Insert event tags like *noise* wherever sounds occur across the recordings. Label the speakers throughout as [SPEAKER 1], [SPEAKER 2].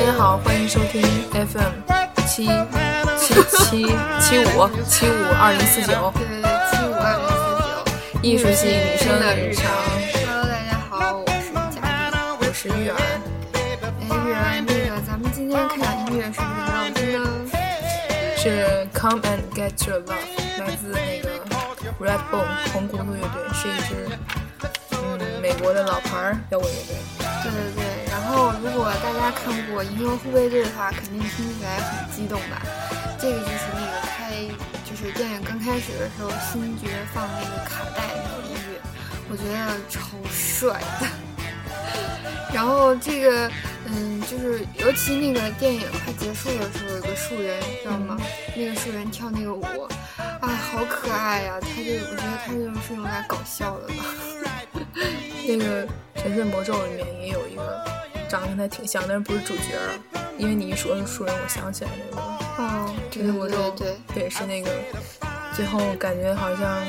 [SPEAKER 1] 迎收听 FM 七七七七五七五二零四九
[SPEAKER 2] 对对对，七五二零四九，
[SPEAKER 1] 艺术系女生的日常。
[SPEAKER 2] Hello，大家好，我是佳丽。
[SPEAKER 1] 我是玉儿，
[SPEAKER 2] 哎，月儿，那个，咱们今天开场音乐是不是很好听呢？
[SPEAKER 1] 是 Come and Get Your Love，来自那个 Redbone 红骨碌乐队，是一支嗯美国的老牌儿摇滚乐队。
[SPEAKER 2] 对对对，然后如果大家看过《银河护卫队》的话，肯定听起来很激动吧？这个就是那个开，就是电影刚开始的时候，星爵放那个卡带那个音乐，我觉得超帅 *laughs* 的。然后这个，嗯，就是尤其那个电影快结束的时候，有个树人，知道吗？那个树人跳那个舞，啊，好可爱呀、他这，我觉得他这种是用来搞笑的吧。
[SPEAKER 1] 那个《神盾魔咒》里面也有一个长得跟他挺像，但是不是主角啊？因为你一说是树人，我想起来那个。
[SPEAKER 2] 哦，
[SPEAKER 1] 这个魔咒
[SPEAKER 2] *laughs* 对对对。
[SPEAKER 1] 对，是那个，最后感觉好像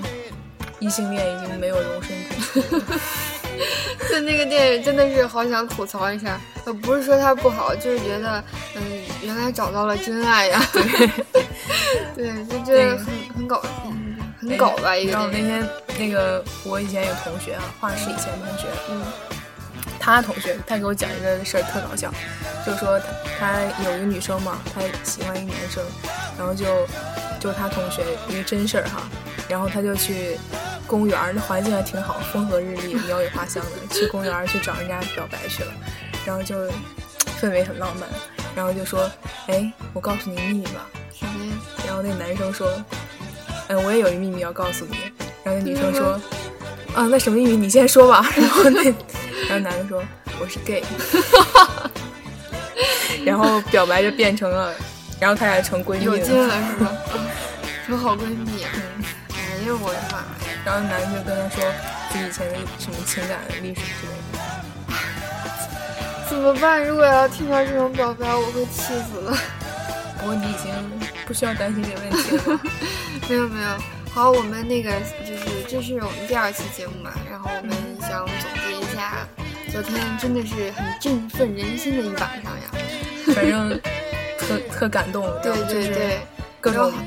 [SPEAKER 1] 异性恋已经没有容身之处了。 *laughs*
[SPEAKER 2] *laughs* 就那个电影真的是好想吐槽一下，呃，不是说它不好，就是觉得，嗯，原来找到了真爱呀。 *laughs* 对，就觉得很很搞，嗯很搞吧一个
[SPEAKER 1] 然后那
[SPEAKER 2] 电影。
[SPEAKER 1] 天那个我以前有同学啊，画室以前同学，嗯，他同学他给我讲一个事儿特搞笑，就说他他有一个女生嘛，他喜欢一个男生，然后就就他同学一个真事儿哈，然后他就去公园儿，那环境还挺好，风和日丽，鸟语花香的，去公园儿去找人家表白去了，然后就氛围很浪漫，然后就说，哎，我告诉你秘密吧，
[SPEAKER 2] 什么呀？
[SPEAKER 1] 然后那男生说：“嗯，我也有一秘密要告诉你。”然后那女生说：“
[SPEAKER 2] 嗯
[SPEAKER 1] 啊，那什么秘密？你先说吧。”然后那，然后男的说：“我是
[SPEAKER 2] *laughs*
[SPEAKER 1] gay。”然后表白就变成了，然后他俩成闺
[SPEAKER 2] 有
[SPEAKER 1] 蜜
[SPEAKER 2] 劲
[SPEAKER 1] 了。
[SPEAKER 2] 了是吧？ *laughs* 嗯成好闺蜜啊！哎呦我的妈呀！
[SPEAKER 1] 然后男的就跟他说自己以前的什么情感历史之类的。
[SPEAKER 2] 怎么办？如果要听到这种表白，我会气死了。
[SPEAKER 1] 不过你已经不需要担心这个问题了。
[SPEAKER 2] 没有没有，好，我们那个就是这是我们第二期节目嘛，然后我们
[SPEAKER 1] 嗯
[SPEAKER 2] 想总结一下，昨天真的是很振奋人心的一晚上呀。
[SPEAKER 1] 反正特特感动，
[SPEAKER 2] 对
[SPEAKER 1] 就
[SPEAKER 2] 对
[SPEAKER 1] 是
[SPEAKER 2] 对
[SPEAKER 1] 各种
[SPEAKER 2] 然后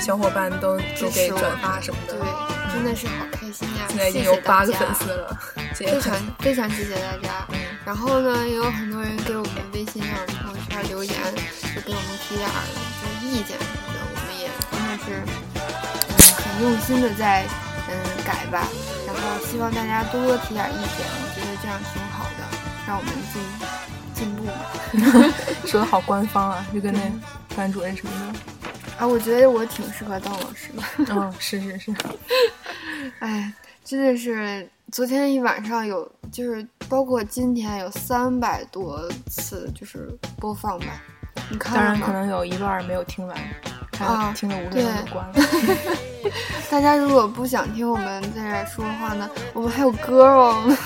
[SPEAKER 1] 小伙伴都都
[SPEAKER 2] 支
[SPEAKER 1] 给
[SPEAKER 2] 持我
[SPEAKER 1] 转发什么的
[SPEAKER 2] 对。，真的是好开心呀！
[SPEAKER 1] 现在已经
[SPEAKER 2] 谢
[SPEAKER 1] 有
[SPEAKER 2] 谢大
[SPEAKER 1] 八个
[SPEAKER 2] 家
[SPEAKER 1] 粉丝 *laughs* 了，谢谢
[SPEAKER 2] 非常非常谢谢大家。然后呢，也有很多人给我们微信上、朋友圈留言，就给我们提点儿就是意见什么的，我们也真的是嗯很用心的在嗯改吧。然后希望大家多多提点儿意见，我觉得这样挺好的，让我们进进步嘛。
[SPEAKER 1] 说的好官方啊，就跟那班主任什 *laughs* 么
[SPEAKER 2] 啊，我觉得我挺适合当老师的。
[SPEAKER 1] 的。嗯，是是是，
[SPEAKER 2] 哎，真的是昨天一晚上有，就是包括今天有三百多次，就是播放吧。你看
[SPEAKER 1] 当
[SPEAKER 2] 了
[SPEAKER 1] 然
[SPEAKER 2] 吗
[SPEAKER 1] 可能有一半儿没有听完，还
[SPEAKER 2] 啊
[SPEAKER 1] 有听了五分
[SPEAKER 2] 对
[SPEAKER 1] 钟就关了。 *laughs*
[SPEAKER 2] 大家如果不想听我们在这儿说话呢，我们还有歌哦， *laughs* 我们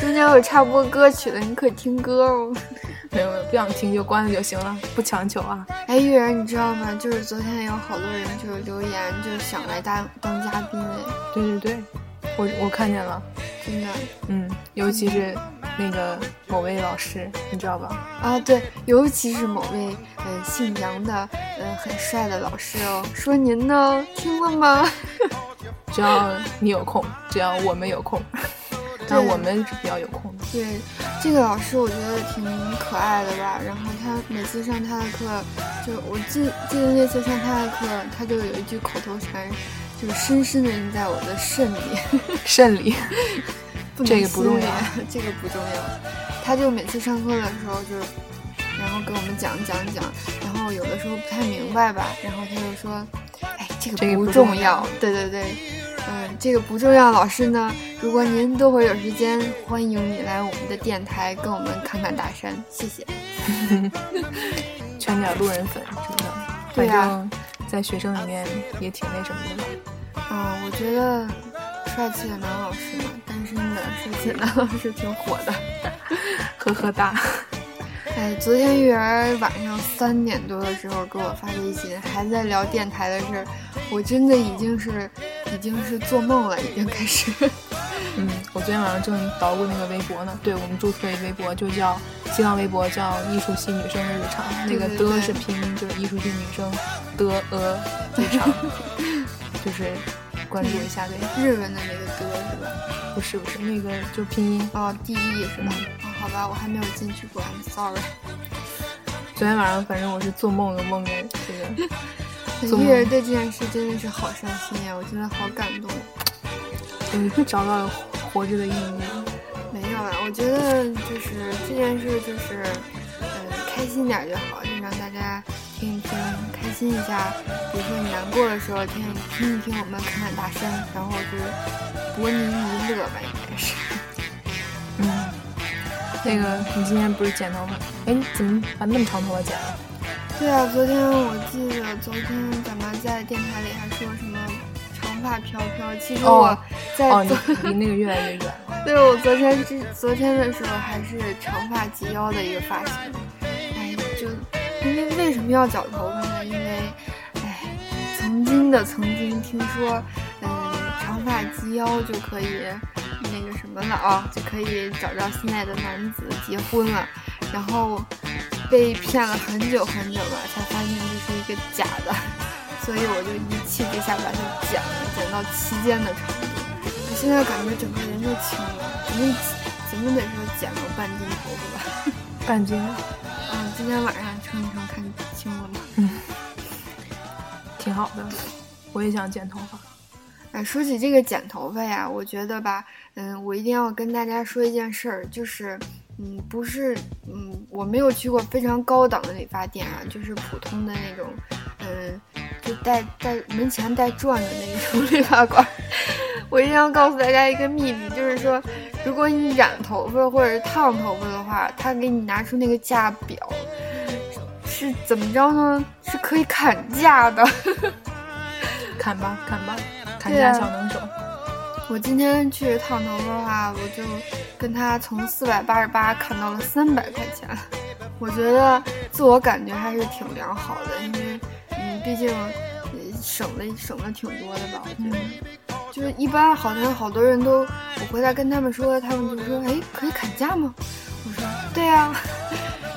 [SPEAKER 2] 中间有插播歌曲的，你可以听歌哦。 *laughs*
[SPEAKER 1] 没有没有，不想听就关了就行了，不强求啊。
[SPEAKER 2] 哎，玉儿，你知道吗？就是昨天有好多人就是留言，就是想来当当嘉宾哎，
[SPEAKER 1] 对对对，我我看见了，
[SPEAKER 2] 真的
[SPEAKER 1] 嗯，尤其是那个某位老师，你知道吧？
[SPEAKER 2] 啊，对，尤其是某位呃姓杨的呃很帅的老师哦，说您呢听了吗？ *laughs*
[SPEAKER 1] 只要你有空，只要我们有空， *laughs* 但我们是比较有空的。 *laughs*
[SPEAKER 2] 对，这个老师我觉得挺可爱的吧。然后他每次上他的课，就我记记得那次上他的课，他就有一句口头禅，就是深深的印在我的肾里。
[SPEAKER 1] 肾里，
[SPEAKER 2] 能
[SPEAKER 1] 这个不重
[SPEAKER 2] 忽
[SPEAKER 1] 要
[SPEAKER 2] 略， *laughs* 这个不重要。他就每次上课的时候就，然后给我们讲讲讲，然后有的时候不太明白吧，然后他就说，哎，这
[SPEAKER 1] 这个
[SPEAKER 2] 个不
[SPEAKER 1] 不
[SPEAKER 2] 重
[SPEAKER 1] 重要
[SPEAKER 2] 要，对对对。嗯，这个不重要。老师呢，如果您多会有时间，欢迎你来我们的电台跟我们侃侃大山，谢谢。
[SPEAKER 1] 圈点路人粉什么的。
[SPEAKER 2] 对呀
[SPEAKER 1] 反正在学生里面也挺那什么的吧。 *laughs*
[SPEAKER 2] 嗯，我觉得帅气的男老师嘛，单身的帅气的男老师挺火的。
[SPEAKER 1] 呵呵哒，
[SPEAKER 2] 哎，昨天玉儿晚上三点多的时候给我发微信，还在聊电台的事儿，我真的已经是，已经是做梦了，已经开始。
[SPEAKER 1] 嗯，我昨天晚上正捣鼓那个微博呢，对我们注册一微博，就叫新浪微博叫“艺术系女生的日常”，那个
[SPEAKER 2] 对对
[SPEAKER 1] 的
[SPEAKER 2] 对
[SPEAKER 1] 是拼音，就是艺术系女生的呃日常， *laughs* 就是关注一下呗。
[SPEAKER 2] 日文的那个歌是吧？
[SPEAKER 1] 不是不是，那个就拼音。
[SPEAKER 2] 哦，第一是吧？
[SPEAKER 1] 嗯
[SPEAKER 2] 哦，好吧，我还没有进去过，I'm sorry。
[SPEAKER 1] 昨天晚上反正我是做梦，有梦见这个做梦
[SPEAKER 2] 育儿对这件事真的是好伤心啊呀，我真的好感动。
[SPEAKER 1] 对，你会找到活着的意义。
[SPEAKER 2] 没有啊，我觉得就是这件事就是，嗯，开心点儿就好，就让大家听一听，开心一下。比如说你难过的时候，听听一听我们侃侃大山，然后就是博您一乐吧，应该是。
[SPEAKER 1] 嗯，那个你今天不是剪头发？哎，你怎么把那么长头发剪了？
[SPEAKER 2] 对啊，昨天我记得昨天咱们在电台里还说什么长发飘飘，其实我
[SPEAKER 1] 哦
[SPEAKER 2] 在昨、
[SPEAKER 1] 哦， *laughs* 你离那个越来越远了。
[SPEAKER 2] 对，我昨天之昨天的时候还是长发及腰的一个发型，哎，就因为为什么要绞头发呢？因为，哎，曾经的曾经听说，嗯，长发及腰就可以那个什么了啊、就可以找着心爱的男子结婚了，然后被骗了很久很久吧，才发现这是一个假的， *laughs* 所以我就一气之下把它剪了，剪到齐肩的长度。我现在感觉整个人都轻了，咱们咱们得说剪个半斤头发吧。
[SPEAKER 1] 半斤，
[SPEAKER 2] 嗯，今天晚上称一称看轻了吗？
[SPEAKER 1] 挺好的。我也想剪头发。
[SPEAKER 2] 哎，说起这个剪头发呀，我觉得吧，嗯，我一定要跟大家说一件事儿，就是，嗯，不是，嗯，我没有去过非常高档的理发店啊，就是普通的那种，嗯，就带带门前带转的那种 *laughs* 理发馆儿。我一定要告诉大家一个秘密，就是说，如果你染头发或者是烫头发的话，他给你拿出那个价表，是怎么着呢？是可以砍价的。
[SPEAKER 1] 砍吧，砍吧，砍
[SPEAKER 2] 对
[SPEAKER 1] 价
[SPEAKER 2] 啊
[SPEAKER 1] 小能手。
[SPEAKER 2] 我今天去烫头发的话，我就跟他从四百八十八砍到了三百块钱。我觉得自我感觉还是挺良好的，因为嗯，毕竟呃省了省了挺多的吧，我觉得。就是一般好像好多人都，我回来跟他们说，他们就说，哎，可以砍价吗？我说，对啊呀、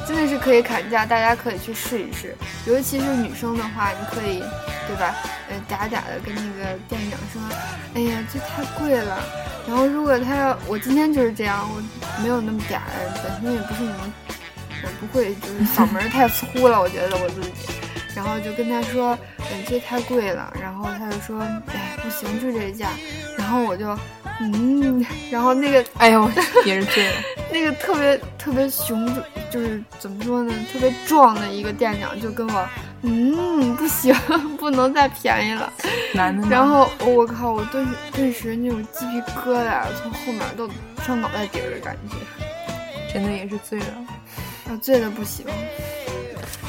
[SPEAKER 2] 真的是可以砍价，大家可以去试一试。尤其是女生的话，你可以，对吧？呃，嗲嗲的跟那个店长说，哎呀，这太贵了。然后如果他要，我今天就是这样，我没有那么嗲，本身也不是什么，我不会，就是嗓门儿太粗了，我觉得我自己。然后就跟他说，嗯，这太贵了。然后他就说，哎，不行，就这价。然后我就，嗯，然后那个
[SPEAKER 1] 哎呦，也是醉了。
[SPEAKER 2] 那个特别特别雄壮，就是怎么说呢，特别壮的一个店长就跟我，嗯，不行， *laughs* 不能再便宜了。
[SPEAKER 1] 男 *laughs* 的吗，
[SPEAKER 2] 然后我靠，我顿时顿时那种鸡皮疙瘩从后面都上脑袋顶儿的感觉，
[SPEAKER 1] 真的也是醉了。
[SPEAKER 2] 啊，醉的不行。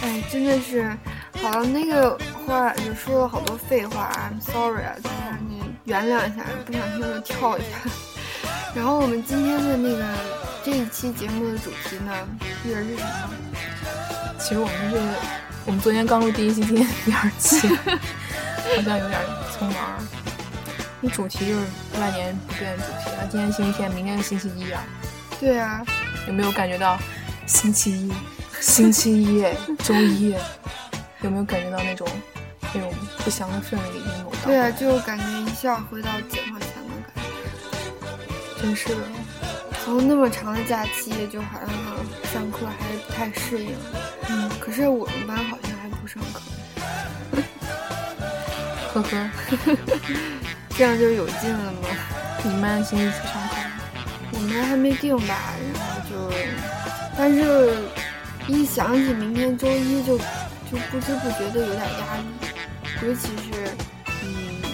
[SPEAKER 2] 哎，真的是，好了，那个话就说了好多废话，I'm sorry 啊，就是你原谅一下，不想听就跳一下。 *laughs* 然后我们今天的那个这一期节目的主题呢，育儿是什么？
[SPEAKER 1] 其实我们这个，我们昨天刚录第一期，今天第二 *laughs* 期，好像有点匆忙。那主题就是万年不变的主题啊，今天星期天，明天是星期一啊，
[SPEAKER 2] 对啊，
[SPEAKER 1] 有没有感觉到星期一、星期
[SPEAKER 2] *laughs*
[SPEAKER 1] 一、周一，有没有感觉到那种那种不祥的氛围已经笼罩？
[SPEAKER 2] 对啊，，就感觉一下回到解放前的感觉，
[SPEAKER 1] 真是的。
[SPEAKER 2] 从那么长的假期，就好像上课还是不太适应。
[SPEAKER 1] 嗯，
[SPEAKER 2] 可是我们班好像还不上课，
[SPEAKER 1] 呵
[SPEAKER 2] *laughs*
[SPEAKER 1] 呵，
[SPEAKER 2] 这样就有劲了吗？
[SPEAKER 1] 你们班星期几上课？
[SPEAKER 2] 我们还没定吧，然后就，但是，一想起明天周一就，就不知不觉的有点压力，尤其是，嗯，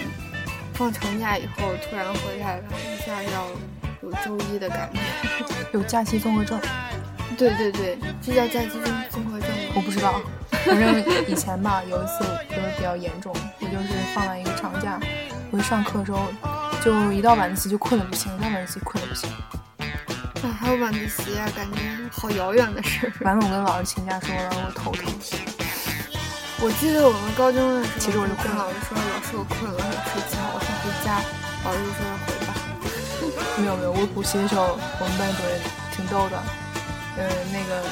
[SPEAKER 2] 放长假以后突然回来了，一下要有周一的感觉。
[SPEAKER 1] 有假期综合症。
[SPEAKER 2] 对对对，这叫假期综综合症
[SPEAKER 1] 我
[SPEAKER 2] 吗？
[SPEAKER 1] 不知道，反正以前吧， *laughs* 有一次就是比较严重，我就是放完一个长假，我一上课的时候，就一到晚自习就困得不行，一到晚自习困得不行。
[SPEAKER 2] 啊，还有晚自习啊，感觉好遥远的事儿。
[SPEAKER 1] 完了，我跟老师请假说我头疼，
[SPEAKER 2] 我记得我们高中的时候，
[SPEAKER 1] 其实我是
[SPEAKER 2] 跟
[SPEAKER 1] 困了
[SPEAKER 2] 老师说，老师我困了，我想睡觉，我想回家。老师就说回吧。
[SPEAKER 1] 没有没有，我补习的时候，我们班主任挺逗的，嗯，那个，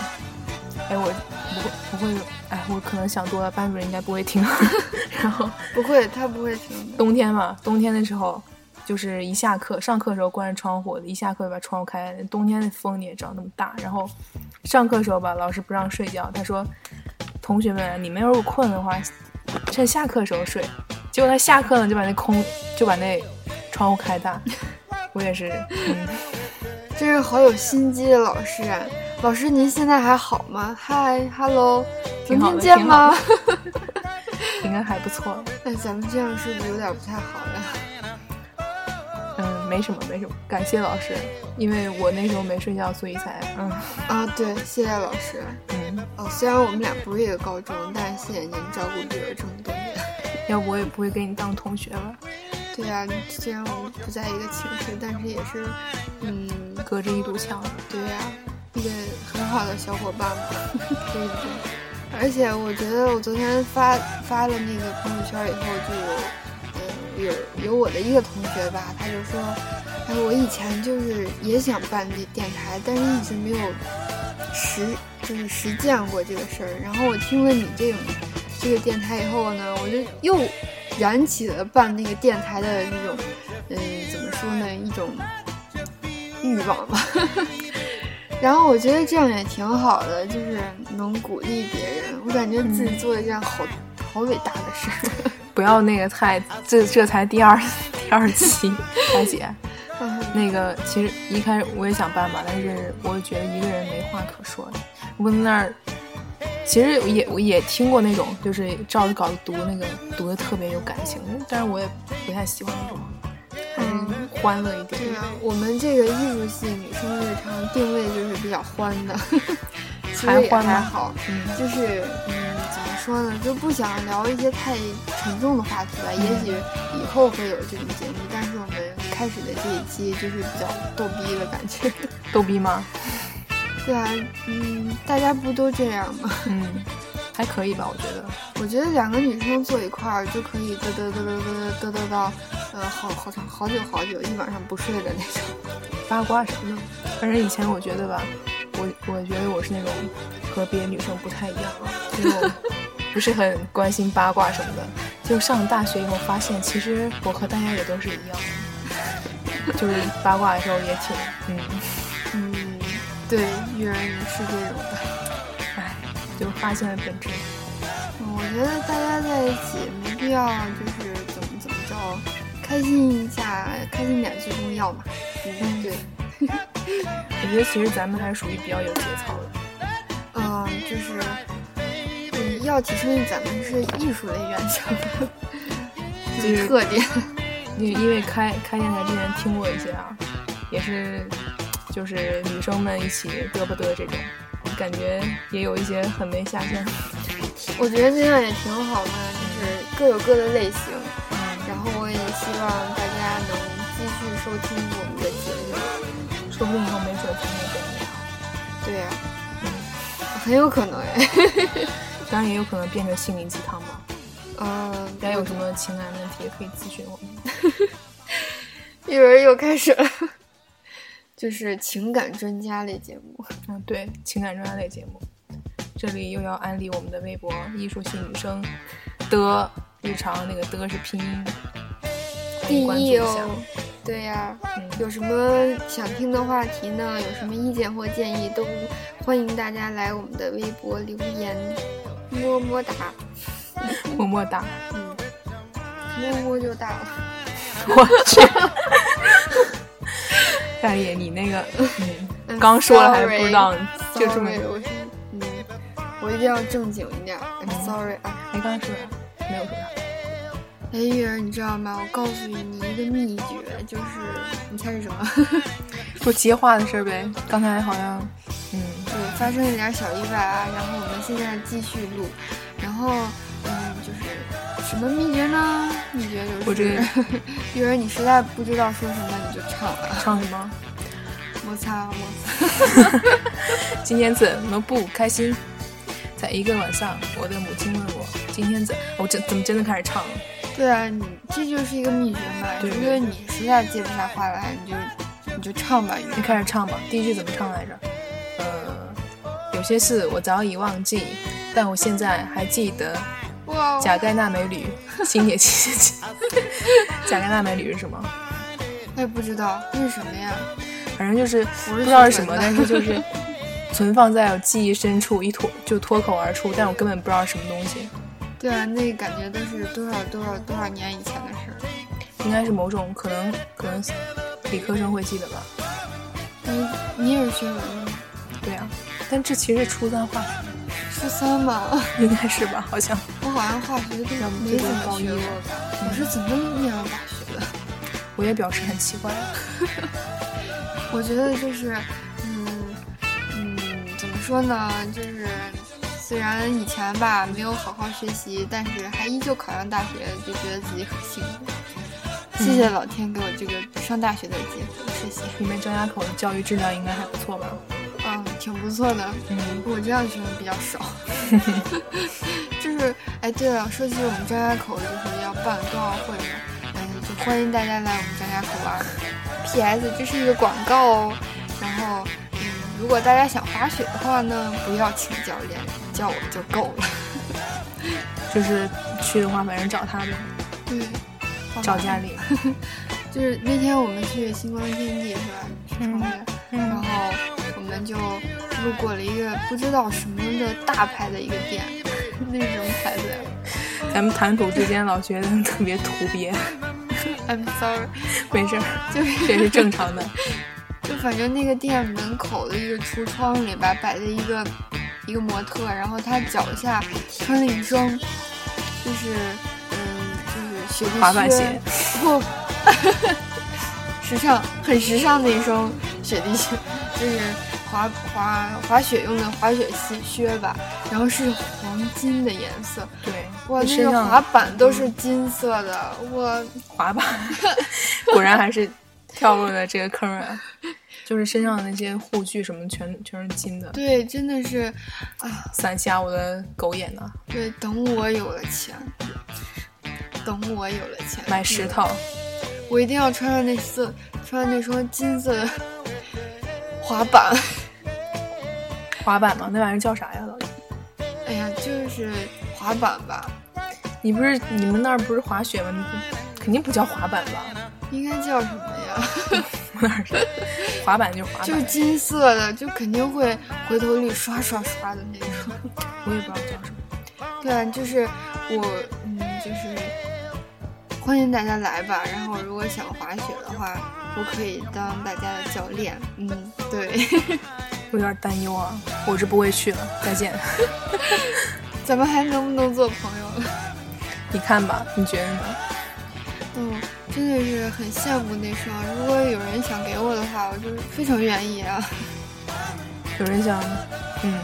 [SPEAKER 1] 哎，我不不会，哎，我可能想多了，班主任应该不会听。 *laughs* 然后
[SPEAKER 2] 不会，他不会听的。
[SPEAKER 1] 冬天嘛，冬天的时候，就是一下课，上课的时候关着窗户，一下课就把窗户开。冬天的风你也知道那么大，然后上课的时候吧，老师不让睡觉，他说，同学们，你们要是困的话，趁下课的时候睡。结果他下课呢，就把那空就把那窗户开大。 *laughs* 我也是，嗯，
[SPEAKER 2] 这是好有心机的老师啊！老师，您现在还好吗？嗨，hello，明
[SPEAKER 1] 挺好
[SPEAKER 2] 天
[SPEAKER 1] 的
[SPEAKER 2] 见吗？
[SPEAKER 1] *laughs*
[SPEAKER 2] *laughs*
[SPEAKER 1] 应该还不错。
[SPEAKER 2] 那咱们这样是不是有点不太好呀？
[SPEAKER 1] 嗯，没什么，没什么，感谢老师，因为我那时候没睡觉，所以才嗯
[SPEAKER 2] 啊，对，谢谢老师。
[SPEAKER 1] 嗯，
[SPEAKER 2] 哦，虽然我们俩不是一个高中，但是谢谢您照顾女儿这么多年。
[SPEAKER 1] 要不我也不会跟你当同学了，
[SPEAKER 2] 对呀、虽然我们不在一个寝室，但是也是，嗯，
[SPEAKER 1] 隔着一堵墙。
[SPEAKER 2] 对呀、一个很好的小伙伴嘛，对不对？而且我觉得我昨天发发了那个朋友圈以后，就有，嗯，有有我的一个同学吧，他就说，哎，我以前就是也想办这电台，但是一直没有实就是实践过这个事儿。然后我听了你这种这个电台以后呢，我就又燃起了办那个电台的那种，嗯，怎么说呢，一种欲望吧。 *laughs* 然后我觉得这样也挺好的，就是能鼓励别人。我感觉自
[SPEAKER 1] 嗯
[SPEAKER 2] 己做了一件好、好伟大的事儿。 *laughs*
[SPEAKER 1] 不要那个太，这这才第二 *laughs* 第二期，大姐。那个其实一开始我也想办吧，但是我觉得一个人没话可说，我在那儿。其实也我也听过那种，就是照着稿子读，那个读的特别有感情，但是我也不太喜欢那种，还是欢乐一点。
[SPEAKER 2] 嗯对啊，我们这个艺术系女生日常定位就是比较欢的，其实也
[SPEAKER 1] 还欢吗
[SPEAKER 2] 还好，
[SPEAKER 1] 嗯
[SPEAKER 2] 就是嗯，怎么说呢，就不想聊一些太沉重的话题吧。也
[SPEAKER 1] 嗯
[SPEAKER 2] 许以后会有这种节目，但是我们开始的这一期就是比较逗逼的感觉。 *laughs*
[SPEAKER 1] 逗逼吗？
[SPEAKER 2] 对啊，嗯，大家不都这样吗？
[SPEAKER 1] 嗯，还可以吧，我觉得。
[SPEAKER 2] 我觉得两个女生坐一块儿就可以嘚嘚嘚嘚嘚嘚嘚到，呃，好好长好久好久一晚上不睡的那种。
[SPEAKER 1] 八卦什么的。反正以前我觉得吧，我我觉得我是那种和别的女生不太一样啊，就是我不是很关心八卦什么的。 *laughs* 就上大学以后发现，其实我和大家也都是一样的， *laughs* 就是八卦的时候也挺嗯，
[SPEAKER 2] 嗯，对，女人是这种的。
[SPEAKER 1] 唉，哎就发现了本质。
[SPEAKER 2] 嗯，我觉得大家在一起没必要就是怎么怎么着，开心一下，开心点最重要嘛。嗯，对，
[SPEAKER 1] 我觉得其实咱们还是属于比较有节操的。
[SPEAKER 2] 嗯，就是嗯要提升咱们是艺术类院校，
[SPEAKER 1] 就
[SPEAKER 2] *laughs* 就是
[SPEAKER 1] 是
[SPEAKER 2] 特点。
[SPEAKER 1] 因因为开开电台之前听过一些啊，也是就是女生们一起嘚吧嘚这种，感觉也有一些很没下限。
[SPEAKER 2] 我觉得这样也挺好嘛，就是各有各的类型。
[SPEAKER 1] 嗯
[SPEAKER 2] 然后我也希望大家能继续收听我们的节目。
[SPEAKER 1] 说不定以后没准咱们也变那样，
[SPEAKER 2] 对呀、
[SPEAKER 1] 嗯
[SPEAKER 2] *laughs* 很有可能哎。 *laughs*
[SPEAKER 1] 当然也有可能变成心灵鸡汤吧。
[SPEAKER 2] 嗯，
[SPEAKER 1] 大家有什么情感问题也可以咨询我们。
[SPEAKER 2] 一轮又开始了，就是情感专家类节目。
[SPEAKER 1] 嗯，对，情感专家类节目，这里又要安利我们的微博“艺术系女生的日常”，那个的是拼音，欢迎关注一
[SPEAKER 2] D E
[SPEAKER 1] 下。
[SPEAKER 2] 哦，对呀、
[SPEAKER 1] 嗯，
[SPEAKER 2] 有什么想听的话题呢？有什么意见或建议都欢迎大家来我们的微博留言，么么哒，
[SPEAKER 1] 么么哒，
[SPEAKER 2] 嗯，么么就大了。
[SPEAKER 1] 我去。大爷，你那个，嗯，
[SPEAKER 2] I'm
[SPEAKER 1] 刚说了还不
[SPEAKER 2] sorry
[SPEAKER 1] 知道，就这么，
[SPEAKER 2] Sorry，我是嗯，我一定要正经一点。I'm
[SPEAKER 1] 嗯
[SPEAKER 2] sorry 啊，
[SPEAKER 1] 没哎刚说啥，没有说啥。
[SPEAKER 2] 哎月儿，你知道吗？我告诉你一个秘诀，就是你猜是什么？ *laughs*
[SPEAKER 1] 说接话的事儿呗，刚才好像，嗯。
[SPEAKER 2] 对，发生了点小意外啊，然后我们现在继续录，然后嗯，就是什么秘诀呢？秘诀就是
[SPEAKER 1] 我这个
[SPEAKER 2] *laughs* 月儿，你实在不知道说什么，你就唱了，
[SPEAKER 1] 唱什么？
[SPEAKER 2] 摩擦啊摩擦。 *laughs*
[SPEAKER 1] *laughs* 今天怎么不开心？在一个晚上，我的母亲问我：“今天怎……我真怎么真的开始唱了？
[SPEAKER 2] 对啊，你这就是一个秘诀嘛。
[SPEAKER 1] 对
[SPEAKER 2] 如果你实在接不下话来，你就你就唱吧，雨
[SPEAKER 1] 你开始唱吧。第一句怎么唱来着？呃，有些事我早已忘记，但我现在还记得。
[SPEAKER 2] 哇，
[SPEAKER 1] 贾盖纳美
[SPEAKER 2] *laughs*
[SPEAKER 1] 女，新铁骑士。 *laughs* 贾盖纳美女是什么？
[SPEAKER 2] 我也不知道那是什么呀？
[SPEAKER 1] 反正就是
[SPEAKER 2] 不
[SPEAKER 1] 不
[SPEAKER 2] 是
[SPEAKER 1] 知道是什么，
[SPEAKER 2] 存
[SPEAKER 1] 但
[SPEAKER 2] 的
[SPEAKER 1] 是就是存放在我记忆深处，一脱就脱口而出，但我根本不知道是什么东西，
[SPEAKER 2] *laughs* 对啊，那感觉都是多少多少多少年以前的事儿。
[SPEAKER 1] 应该是某种可能可能理科生会记得吧？
[SPEAKER 2] 你你也是学文的吗？
[SPEAKER 1] 对啊，但这其实是初三化学，
[SPEAKER 2] 初三吧，
[SPEAKER 1] 应该是吧？ *laughs* 好像
[SPEAKER 2] 我好像化学都
[SPEAKER 1] 要不
[SPEAKER 2] 没
[SPEAKER 1] 就
[SPEAKER 2] 怎
[SPEAKER 1] 是
[SPEAKER 2] 么
[SPEAKER 1] 高一
[SPEAKER 2] 学
[SPEAKER 1] 了
[SPEAKER 2] 过吧？我是怎么念到大学的？
[SPEAKER 1] 我也表示很奇怪。
[SPEAKER 2] 我觉得就是，嗯嗯，怎么说呢？就是虽然以前吧没有好好学习，但是还依旧考上大学，就觉得自己很幸福。谢
[SPEAKER 1] 嗯
[SPEAKER 2] 谢老天给我这个上大学的机会，谢谢。
[SPEAKER 1] 你们张家口的教育质量应该还不错吧？
[SPEAKER 2] 嗯，挺不错的。
[SPEAKER 1] 嗯，
[SPEAKER 2] 我这样的学生比较少。就是，哎，对了，说起我们张家口就是要办冬奥会嘛，嗯，就欢迎大家来我们张家口玩儿。P.S. 这是一个广告哦。然后，嗯，如果大家想滑雪的话呢，不要请教练，叫我就够了。
[SPEAKER 1] 就是去的话，反正找他呗，
[SPEAKER 2] 对， *laughs* 好吧
[SPEAKER 1] 找家
[SPEAKER 2] *laughs*
[SPEAKER 1] 里。
[SPEAKER 2] 就是那天我们去星光天地是吧？去创业，然后我们就路过了一个不知道什么的大牌的一个店， *laughs* 那是什么牌子呀？
[SPEAKER 1] 咱们谈吐之间老觉得特别土鳖， *laughs*
[SPEAKER 2] I'm sorry，
[SPEAKER 1] 没事儿，
[SPEAKER 2] 就是
[SPEAKER 1] 这也是正常
[SPEAKER 2] *laughs*
[SPEAKER 1] 的。
[SPEAKER 2] 就反正那个店门口的一个橱窗里吧，摆着一个一个模特，然后她脚下穿了一双，就是嗯，就是雪地靴
[SPEAKER 1] 滑板鞋，
[SPEAKER 2] 不，时尚很时尚的一双雪地靴，就是滑滑滑雪用的滑雪靴靴吧，然后是黄金的颜色，
[SPEAKER 1] 对，
[SPEAKER 2] 哇，
[SPEAKER 1] 你
[SPEAKER 2] 那
[SPEAKER 1] 身
[SPEAKER 2] 个
[SPEAKER 1] 上嗯
[SPEAKER 2] 滑板都是金色的，我
[SPEAKER 1] 滑板，
[SPEAKER 2] *laughs*
[SPEAKER 1] 果然还是跳入了这个坑啊！就是身上的那些护具什么全全是金的，
[SPEAKER 2] 对真的是啊。
[SPEAKER 1] 散瞎我的狗眼呐、
[SPEAKER 2] 对，等我有了钱，等我有了钱，
[SPEAKER 1] 买十套，
[SPEAKER 2] 我一定要穿上那色，穿上那双金色的滑板。 *laughs*
[SPEAKER 1] 滑板嘛，那玩意儿叫啥呀？老爷，
[SPEAKER 2] 哎呀，就是滑板吧，
[SPEAKER 1] 你不是你们那儿不是滑雪吗？你不肯定不叫滑板吧？ *laughs*
[SPEAKER 2] 应该叫什么呀？
[SPEAKER 1] 我哪儿知道？滑板就是滑板，
[SPEAKER 2] *laughs* 就是金色的，就肯定会回头率刷刷刷的那种。 *laughs*
[SPEAKER 1] 我也不知道叫什么。
[SPEAKER 2] 对啊，就是我，嗯，就是欢迎大家来吧。然后如果想滑雪的话，我可以当大家的教练。嗯，对。 *laughs*
[SPEAKER 1] 有点担忧啊，我是不会去了，再见。 *laughs*
[SPEAKER 2] 咱们还能不能做朋友了？
[SPEAKER 1] 你看吧，你觉得呢？
[SPEAKER 2] 嗯，真的是很羡慕那双。如果有人想给我的话，我就是非常愿意啊！
[SPEAKER 1] 有人想，嗯，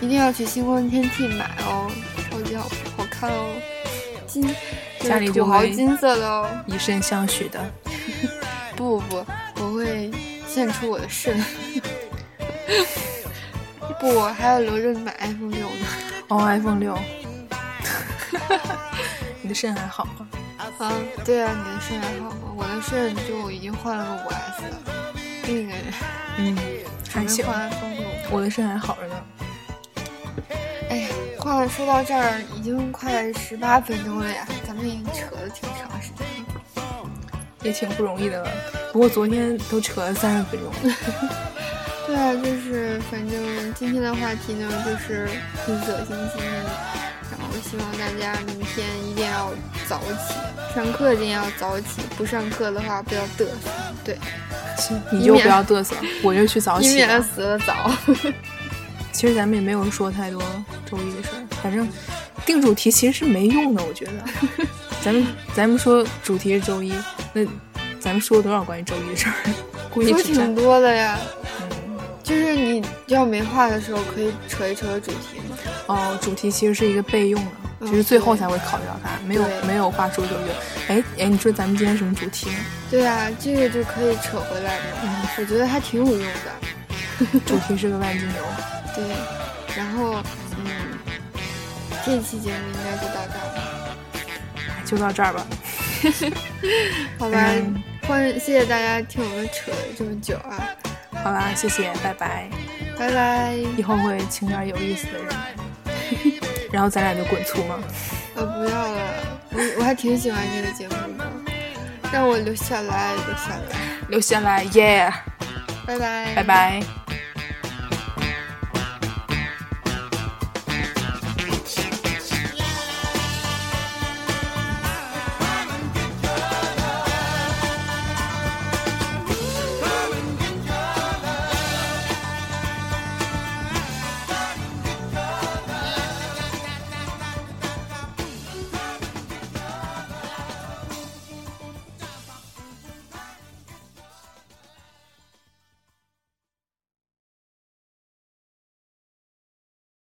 [SPEAKER 2] 一定要去星光天地买哦，超级好好看哦，金
[SPEAKER 1] 家里
[SPEAKER 2] 是
[SPEAKER 1] 就
[SPEAKER 2] 土豪
[SPEAKER 1] 会
[SPEAKER 2] 金色的哦。
[SPEAKER 1] 以身相许的，
[SPEAKER 2] 不不不，我会献出我的肾。不，我还要留着买 iPhone 六呢。
[SPEAKER 1] 哦，iPhone 六， *laughs* 你的肾还好吗？
[SPEAKER 2] 啊，对啊，你的肾还好吗？我的肾就已经换了个五 S 了，另一个人
[SPEAKER 1] 嗯，还
[SPEAKER 2] 准备
[SPEAKER 1] 行，
[SPEAKER 2] 换 iPhone 六。
[SPEAKER 1] 我的肾还好着呢。
[SPEAKER 2] 哎呀，话说到这儿，已经快十八分钟了呀，咱们已经扯了挺长时间了。
[SPEAKER 1] 也挺不容易的了。不过昨天都扯了三十分
[SPEAKER 2] *laughs*
[SPEAKER 1] 钟，
[SPEAKER 2] 对啊，就是反正今天的话题呢，就是金色星期一，然后希望大家明天一定要早起，上课一定要早起，不上课的话不要嘚瑟，对，
[SPEAKER 1] 你就不要嘚瑟，我就去早
[SPEAKER 2] 以
[SPEAKER 1] 起
[SPEAKER 2] 免
[SPEAKER 1] 了。
[SPEAKER 2] 死得早。
[SPEAKER 1] 其实咱们也没有说太多周一的事儿，反正定主题其实是没用的，我觉
[SPEAKER 2] *laughs*
[SPEAKER 1] 得。咱们咱们说主题是周一，那咱们说了多少关于周一的
[SPEAKER 2] *laughs*
[SPEAKER 1] 事儿？估计
[SPEAKER 2] 说
[SPEAKER 1] 只占
[SPEAKER 2] 挺多的呀，
[SPEAKER 1] 嗯
[SPEAKER 2] 就是你要没话的时候可以扯一扯主题嘛。
[SPEAKER 1] 哦，主题其实是一个备用的，
[SPEAKER 2] 嗯
[SPEAKER 1] 只是最后才会考虑到它，没有
[SPEAKER 2] 对
[SPEAKER 1] 没有话说就就，哎哎，你说咱们今天什么主题
[SPEAKER 2] *laughs*
[SPEAKER 1] 呢？
[SPEAKER 2] 对啊，这个就可以扯回来嘛，我觉得还挺有用的。
[SPEAKER 1] 主题是个万金油。
[SPEAKER 2] 对，然后嗯，这期节目应该就到这儿了，
[SPEAKER 1] 就到这儿吧，
[SPEAKER 2] 好吧？
[SPEAKER 1] 嗯
[SPEAKER 2] 欢迎谢谢大家听我们扯了这么久啊，
[SPEAKER 1] 好啦，谢谢，拜拜。
[SPEAKER 2] 拜拜。
[SPEAKER 1] 以后会请点有意思的人
[SPEAKER 2] *laughs*
[SPEAKER 1] 来，然后咱俩就滚粗嘛。
[SPEAKER 2] 呃，不要了，我我还挺喜欢这个节目的，让我留下来，留下来，
[SPEAKER 1] 留下来，耶、
[SPEAKER 2] 拜拜，
[SPEAKER 1] 拜。拜。